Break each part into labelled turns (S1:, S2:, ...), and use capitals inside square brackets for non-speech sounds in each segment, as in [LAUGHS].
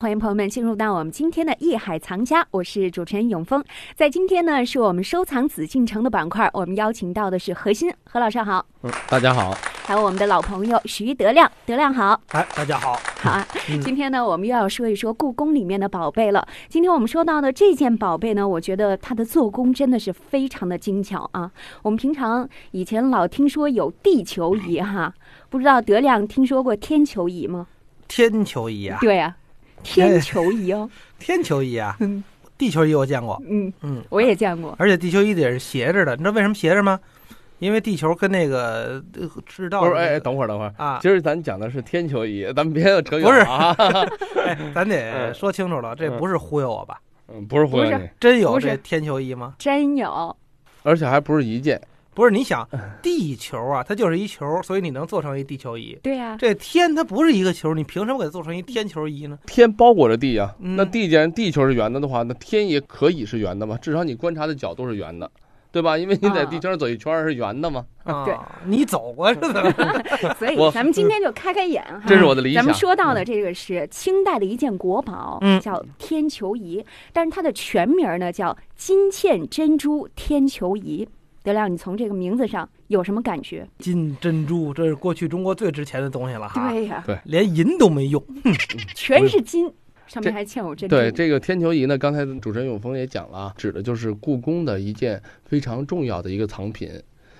S1: 欢迎朋友们进入到我们今天的《艺海藏家》，我是主持人永峰。在今天呢，是我们收藏紫禁城的板块，我们邀请到的是何鑫何老师好，
S2: 嗯，大家好，
S1: 还有我们的老朋友徐德亮，德亮好。
S3: 哎，大家好，
S1: 好啊，
S3: 嗯
S1: 今天呢，我们又要说一说故宫里面的宝贝了。今天我们说到的这件宝贝呢，我觉得它的做工真的是非常的精巧啊。我们平常以前老听说有地球仪哈，不知道德亮听说过天球仪吗？
S3: 天球仪啊，
S1: 对呀、天球仪哦，
S3: 天球仪啊，
S1: 嗯
S3: 地球仪我见过，
S1: 嗯，
S3: 嗯，
S1: 我也见过。
S3: 而且地球仪得是斜着的，你知道为什么斜着吗？因为地球跟那个呃赤道
S2: 不是，
S3: 的那
S2: 哎，
S3: 个
S2: 等会儿，等会儿，
S3: 啊，
S2: 今儿咱讲的是天球仪，咱们别扯远
S3: 不是
S2: 了啊，
S3: 哎，咱得说清楚了，这不是忽悠我吧？
S2: 嗯不是忽悠
S1: 不
S2: 你，
S3: 真有
S1: 不是
S3: 这天球仪吗？
S1: 真有，
S2: 而且还不是一件，
S3: 不是，你想
S2: 嗯
S3: 地球啊，它就是一球，所以你能做成一地球仪。
S1: 对啊呀、
S3: 这天它不是一个球，你凭什么给它做成一天球仪呢？
S2: 天包裹着地啊，
S3: 嗯
S2: 那地既然地球是圆的的话，那天也可以是圆的嘛，至少你观察的角度是圆的，对吧？因为你在
S1: 啊
S2: 地球上走一圈儿是圆的嘛，
S1: 对
S3: 啊，你走过是怎么？
S1: [LAUGHS] 所以
S2: 我嗯
S1: 咱们今天就开开眼哈。
S2: 这是我的理
S1: 咱
S2: 想嗯
S1: 们。说到的这个是清代的一件国宝，
S3: 嗯
S1: 叫天球仪，但是它的全名儿呢叫金嵌珍珠天球仪。德亮，你从这个名字上有什么感觉？
S3: 金珍珠，这是过去中国最值钱的东西了哈，
S1: 对呀、
S3: 连银都没用。
S1: 全是金，上面
S2: 这
S1: 还嵌有珍珠。
S2: 对这个天球仪呢，刚才主持人永峰也讲了啊，指的就是故宫的一件非常重要的一个藏品。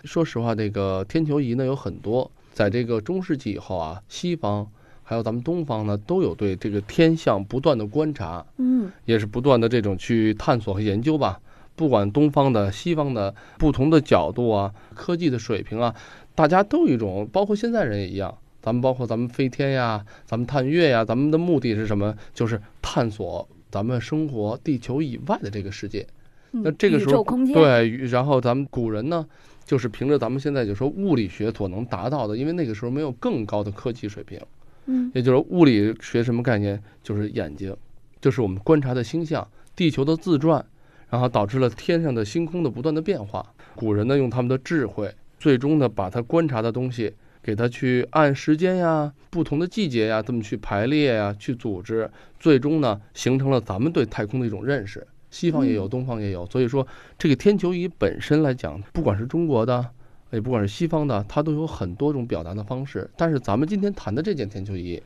S2: 说实话，这个天球仪呢有很多，在这个中世纪以后啊，西方还有咱们东方呢，都有对这个天象不断的观察，
S1: 嗯，
S2: 也是不断的这种去探索和研究吧。不管东方的、西方的，不同的角度啊，科技的水平啊，大家都有一种，包括现在人也一样。咱们包括咱们飞天呀，咱们探月呀，咱们的目的是什么？就是探索咱们生活地球以外的这个世界。
S1: 嗯
S2: 那这个时候
S1: 宇宙空间，
S2: 对，与然后咱们古人呢，就是凭着咱们现在就说物理学所能达到的，因为那个时候没有更高的科技水平。
S1: 嗯
S2: 也就是物理学什么概念？就是眼睛，就是我们观察的星象、地球的自转，然后导致了天上的星空的不断的变化。古人呢，用他们的智慧，最终呢，把他观察的东西。给它去按时间呀、不同的季节呀，这么去排列呀、去组织，最终呢，形成了咱们对太空的一种认识。西方也有，
S1: 嗯
S2: 东方也有，所以说这个天球仪本身来讲，不管是中国的，也不管是西方的，它都有很多种表达的方式。但是咱们今天谈的这件天球仪，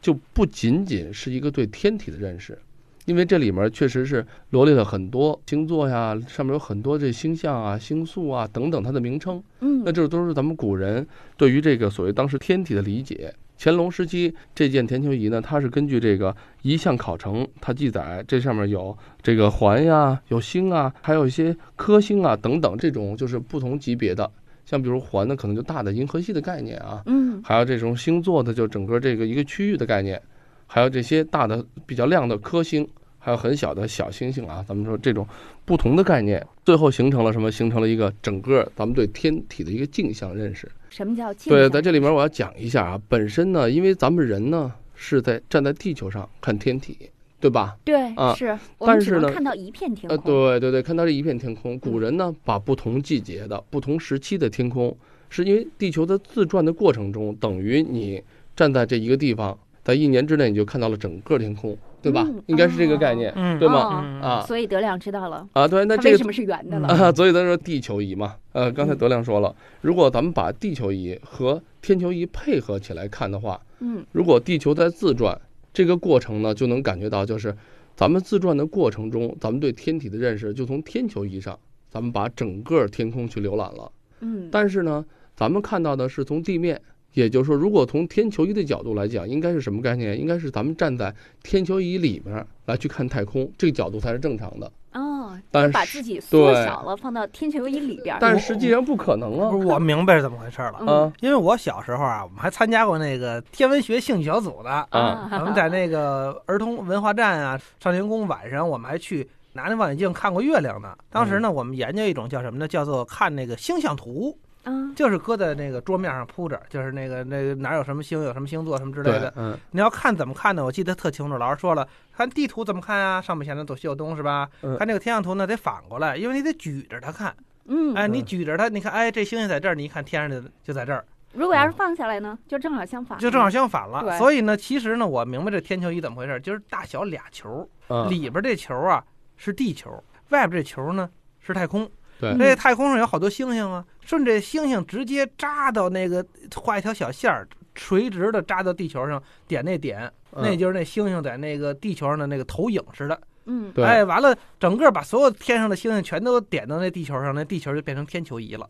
S2: 就不仅仅是一个对天体的认识，因为这里面确实是罗列了很多星座呀，上面有很多这星象啊、星宿啊等等它的名称。
S1: 嗯
S2: 那这都是咱们古人对于这个所谓当时天体的理解。乾隆时期这件天球仪呢，它是根据这个《遗象考成》，它记载这上面有这个环呀、有星啊，还有一些颗星啊等等这种就是不同级别的。像比如环呢，可能就大的银河系的概念啊，
S1: 嗯
S2: 还有这种星座的，就整个这个一个区域的概念，还有这些大的比较亮的颗星，还有很小的小星星啊，咱们说这种不同的概念，最后形成了什么？形成了一个整个咱们对天体的一个镜像认识。
S1: 什么叫镜
S2: 对，
S1: 像
S2: 在这里面我要讲一下啊，本身呢，因为咱们人呢是在站在地球上看天体，对吧？
S1: 对、
S2: 啊
S1: 是，我们
S2: 但
S1: 只
S2: 是
S1: 能
S2: 呢
S1: 看到一片天
S2: 呃，
S1: 空。嗯
S2: 对对对，看到这一片天空。古人呢，把不同季节的、不同时期的天空，是因为地球的自转的过程中，等于你站在这一个地方，在一年之内你就看到了整个天空，对吧？
S1: 嗯
S2: 应该是这个概念，
S3: 嗯
S2: 对吗？
S1: 哦
S3: 嗯
S2: 啊
S1: 所以德亮知道了，
S2: 啊，对，那
S1: 它
S2: 这
S1: 为
S2: 个
S1: 什么嗯是圆的了？
S2: 啊， [LAUGHS] 所以咱说地球仪嘛，呃，刚才德亮说了，如果咱们把地球仪和天球仪配合起来看的话，
S1: 嗯
S2: 如果地球在自转这个过程呢，就能感觉到，就是咱们自转的过程中，咱们对天体的认识就从天球仪上，咱们把整个天空去浏览了。
S1: 嗯，
S2: 但是呢，咱们看到的是从地面，也就是说，如果从天球仪的角度来讲，应该是什么概念？应该是咱们站在天球仪里面来去看太空，这个角度才是正常的。
S1: 哦，
S2: 但
S1: 把
S2: 是，
S1: 自己缩
S2: 对
S1: 小了，放到天球仪里边儿。
S2: 但是实际上不可能啊
S3: 不。是，我明白是怎么回事了。
S1: 嗯
S2: 啊
S3: 因为我小时候啊，我们还参加过那个天文学兴趣小组的，
S2: 啊，
S3: 咱们在那个儿童文化站啊、少年宫晚上，我们还去拿那望远镜看过月亮呢。当时呢，我们研究一种叫什么呢？叫做看那个星象图，
S1: 啊，
S3: 就是搁在那个桌面上铺着，就是那个那个哪有什么星，有什么星座什么之类
S2: 对
S3: 的，。
S2: 嗯，
S3: 你要看怎么看呢？我记得特清楚，老师说了，看地图怎么看啊？上北下南左西右东是吧？
S2: 嗯
S3: 看这个天象图呢，得反过来，因为你得举着它看。
S1: 嗯， [LAUGHS]
S3: 哎，你
S2: 嗯
S3: 举着它，你看，哎，这星星在这儿，你一看天上就就在这儿。
S1: 如果要是放下来呢，就正好相反，
S3: 就正好相反了。
S1: 啊对
S3: 所以呢，其实呢，我明白这天球仪怎么回事，就是大小俩球，
S2: 嗯，
S3: 里边这球啊是地球，外边这球呢是太空。
S2: 对
S3: 这太空上有好多星星啊，顺着星星直接扎到那个画一条小线儿，垂直的扎到地球上，点那点，
S2: 嗯
S3: 那就是那星星在那个地球上的那个投影似的。
S1: 嗯，
S2: 对
S3: 哎，完了，整个把所有天上的星星全都点到那地球上，那地球就变成天球仪了。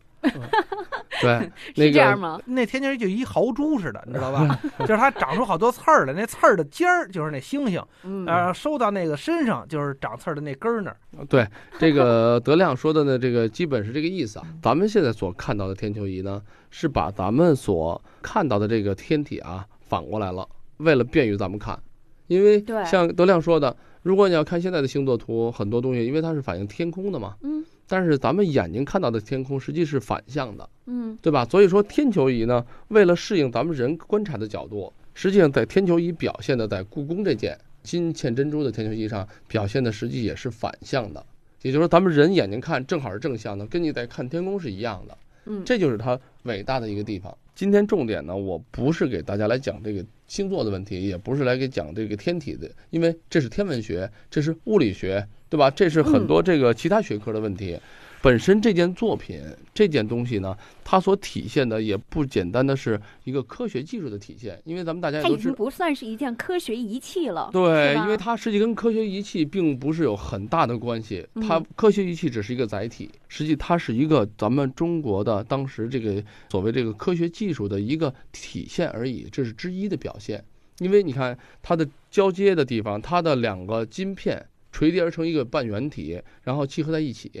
S2: 对那
S1: [LAUGHS] 是这样
S2: 个
S1: 吗？
S3: 那天球仪就一豪猪似的，你知道吧？ [LAUGHS] 就是它长出好多刺儿来，那刺儿的尖儿就是那星星，
S1: 嗯，
S3: 呃，收到那个身上就是长刺儿的那根儿那儿。
S2: 对这个德亮说的呢，这个基本是这个意思
S1: 嗯
S2: 啊。咱们现在所看到的天球仪呢，是把咱们所看到的这个天体啊反过来了，为了便于咱们看，因为
S1: 对
S2: 像德亮说的，如果你要看现在的星座图，很多东西因为它是反映天空的嘛，
S1: 嗯
S2: 但是咱们眼睛看到的天空实际是反向的。
S1: 嗯
S2: 对吧？所以说天球仪呢，为了适应咱们人观察的角度，实际上在天球仪表现的在故宫这件金嵌珍珠的天球仪上表现的实际也是反向的，也就是说咱们人眼睛看正好是正向的，跟你在看天空是一样的，
S1: 嗯，
S2: 这就是它伟大的一个地方。今天重点呢，我不是给大家来讲这个星座的问题，也不是来给讲这个天体的，因为这是天文学，这是物理学，对吧？这是
S1: 嗯
S2: 很多这个其他学科的问题。本身这件作品这件东西呢，它所体现的也不简单的是一个科学技术的体现，因为咱们大家也
S1: 它
S2: 都
S1: 已
S2: 哎知
S1: 经不算是一件科学仪器了，
S2: 对，
S1: 是吧
S2: 因为它实际跟科学仪器并不是有很大的关系，它
S1: 嗯
S2: 科学仪器只是一个载体，实际它是一个咱们中国的当时这个所谓这个科学技术的一个体现而已，这是之一的表现。因为你看它的交接的地方，它的两个晶片垂叠而成一个半圆体，然后契合在一起，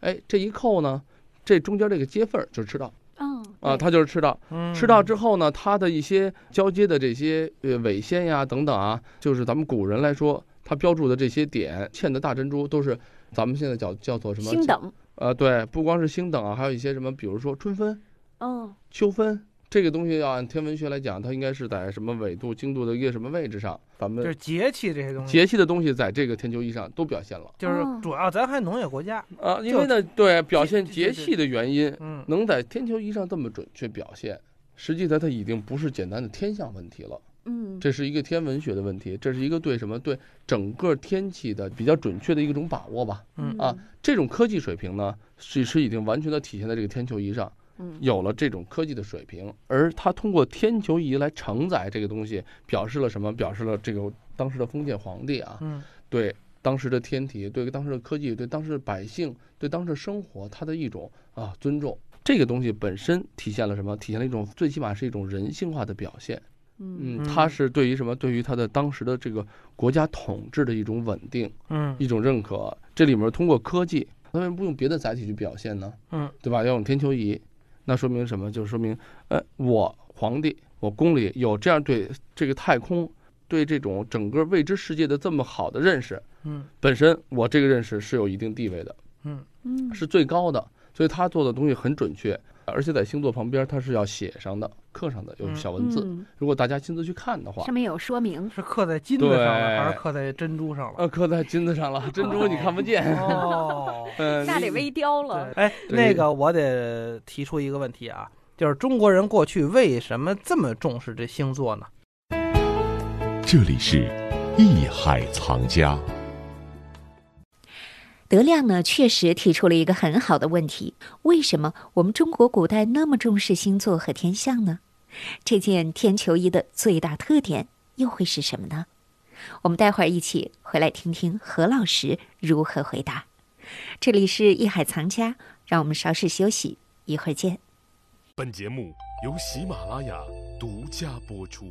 S2: 哎，这一扣呢，这中间这个接缝儿就是赤道
S1: 嗯对
S2: 啊，它就是赤道。
S3: 嗯
S2: 吃到之后呢，它的一些交接的这些呃纬线呀等等啊，就是咱们古人来说，它标注的这些点嵌的大珍珠，都是咱们现在叫叫做什么？
S1: 星。等，
S2: 呃，对，不光是星等啊，还有一些什么，比如说春分、
S1: 嗯
S2: 秋分。这个东西要按天文学来讲，它应该是在什么纬度、经度的一个什么位置上？咱
S3: 嗯就
S2: 们
S3: 是节气这些东西，
S2: 节气的东西在这个天球仪上都表现了
S3: 就是
S1: 哦
S3: 主要咱还农业国家，
S2: 啊，因为呢，对表现节
S3: 节
S2: 气的原因，
S3: 嗯，
S2: 能在天球仪上这么准确表现，实际它它已经不是简单的天象问题了。
S1: 嗯，
S2: 这是一个天文学的问题，这是一个对什么对整个天气的比较准确的一种把握吧。
S3: 嗯
S2: 啊这种科技水平呢，是是已经完全的体现在这个天球仪上，
S1: 嗯，
S2: 有了这种科技的水平，而它通过天球仪来承载这个东西，表示了什么？表示了这个当时的封建皇帝啊，
S3: 嗯，
S2: 对当时的天体、对当时的科技、对当时的百姓、对当时的生活，他的一种啊尊重。这个东西本身体现了什么？体现了一种最起码是一种人性化的表现。
S1: 嗯
S2: 嗯，
S3: 嗯
S2: 他是对于什么？对于他的当时的这个国家统治的一种稳定，
S3: 嗯
S2: 一种认可。这里面通过科技，他为什么不用别的载体去表现呢？
S3: 嗯，
S2: 对吧？要用天球仪，那说明什么？就是说明，呃，我皇帝，我宫里有这样对这个太空、对这种整个未知世界的这么好的认识，
S3: 嗯
S2: 本身我这个认识是有一定地位的，
S3: 嗯
S1: 嗯
S2: 是最高的，所以他做的东西很准确，而且在星座旁边他是要写上的、刻上的，有
S3: 嗯
S2: 小文字。
S1: 嗯
S2: 如果大家亲自去看的话，
S1: 上面有说明，
S3: 是刻在金子上
S2: 对
S3: 了，还是刻在珍珠上 [LAUGHS] 了？
S2: 呃，刻在金子上了，珍珠你看不见。
S3: 哦，
S2: 嗯，
S1: 那
S2: 你
S1: 得微雕了，
S3: 哎，
S2: 对
S3: 那个我得提出一个问题啊，就是中国人过去为什么这么重视这星座呢？
S4: 这里是《艺海藏家》。
S5: 德亮呢，确实提出了一个很好的问题：为什么我们中国古代那么重视星座和天象呢？这件天球仪的最大特点又会是什么呢？我们待会儿一起回来听听何老师如何回答。这里是艺海藏家，让我们稍事休息，一会儿见。
S4: 本节目由喜马拉雅独家播出。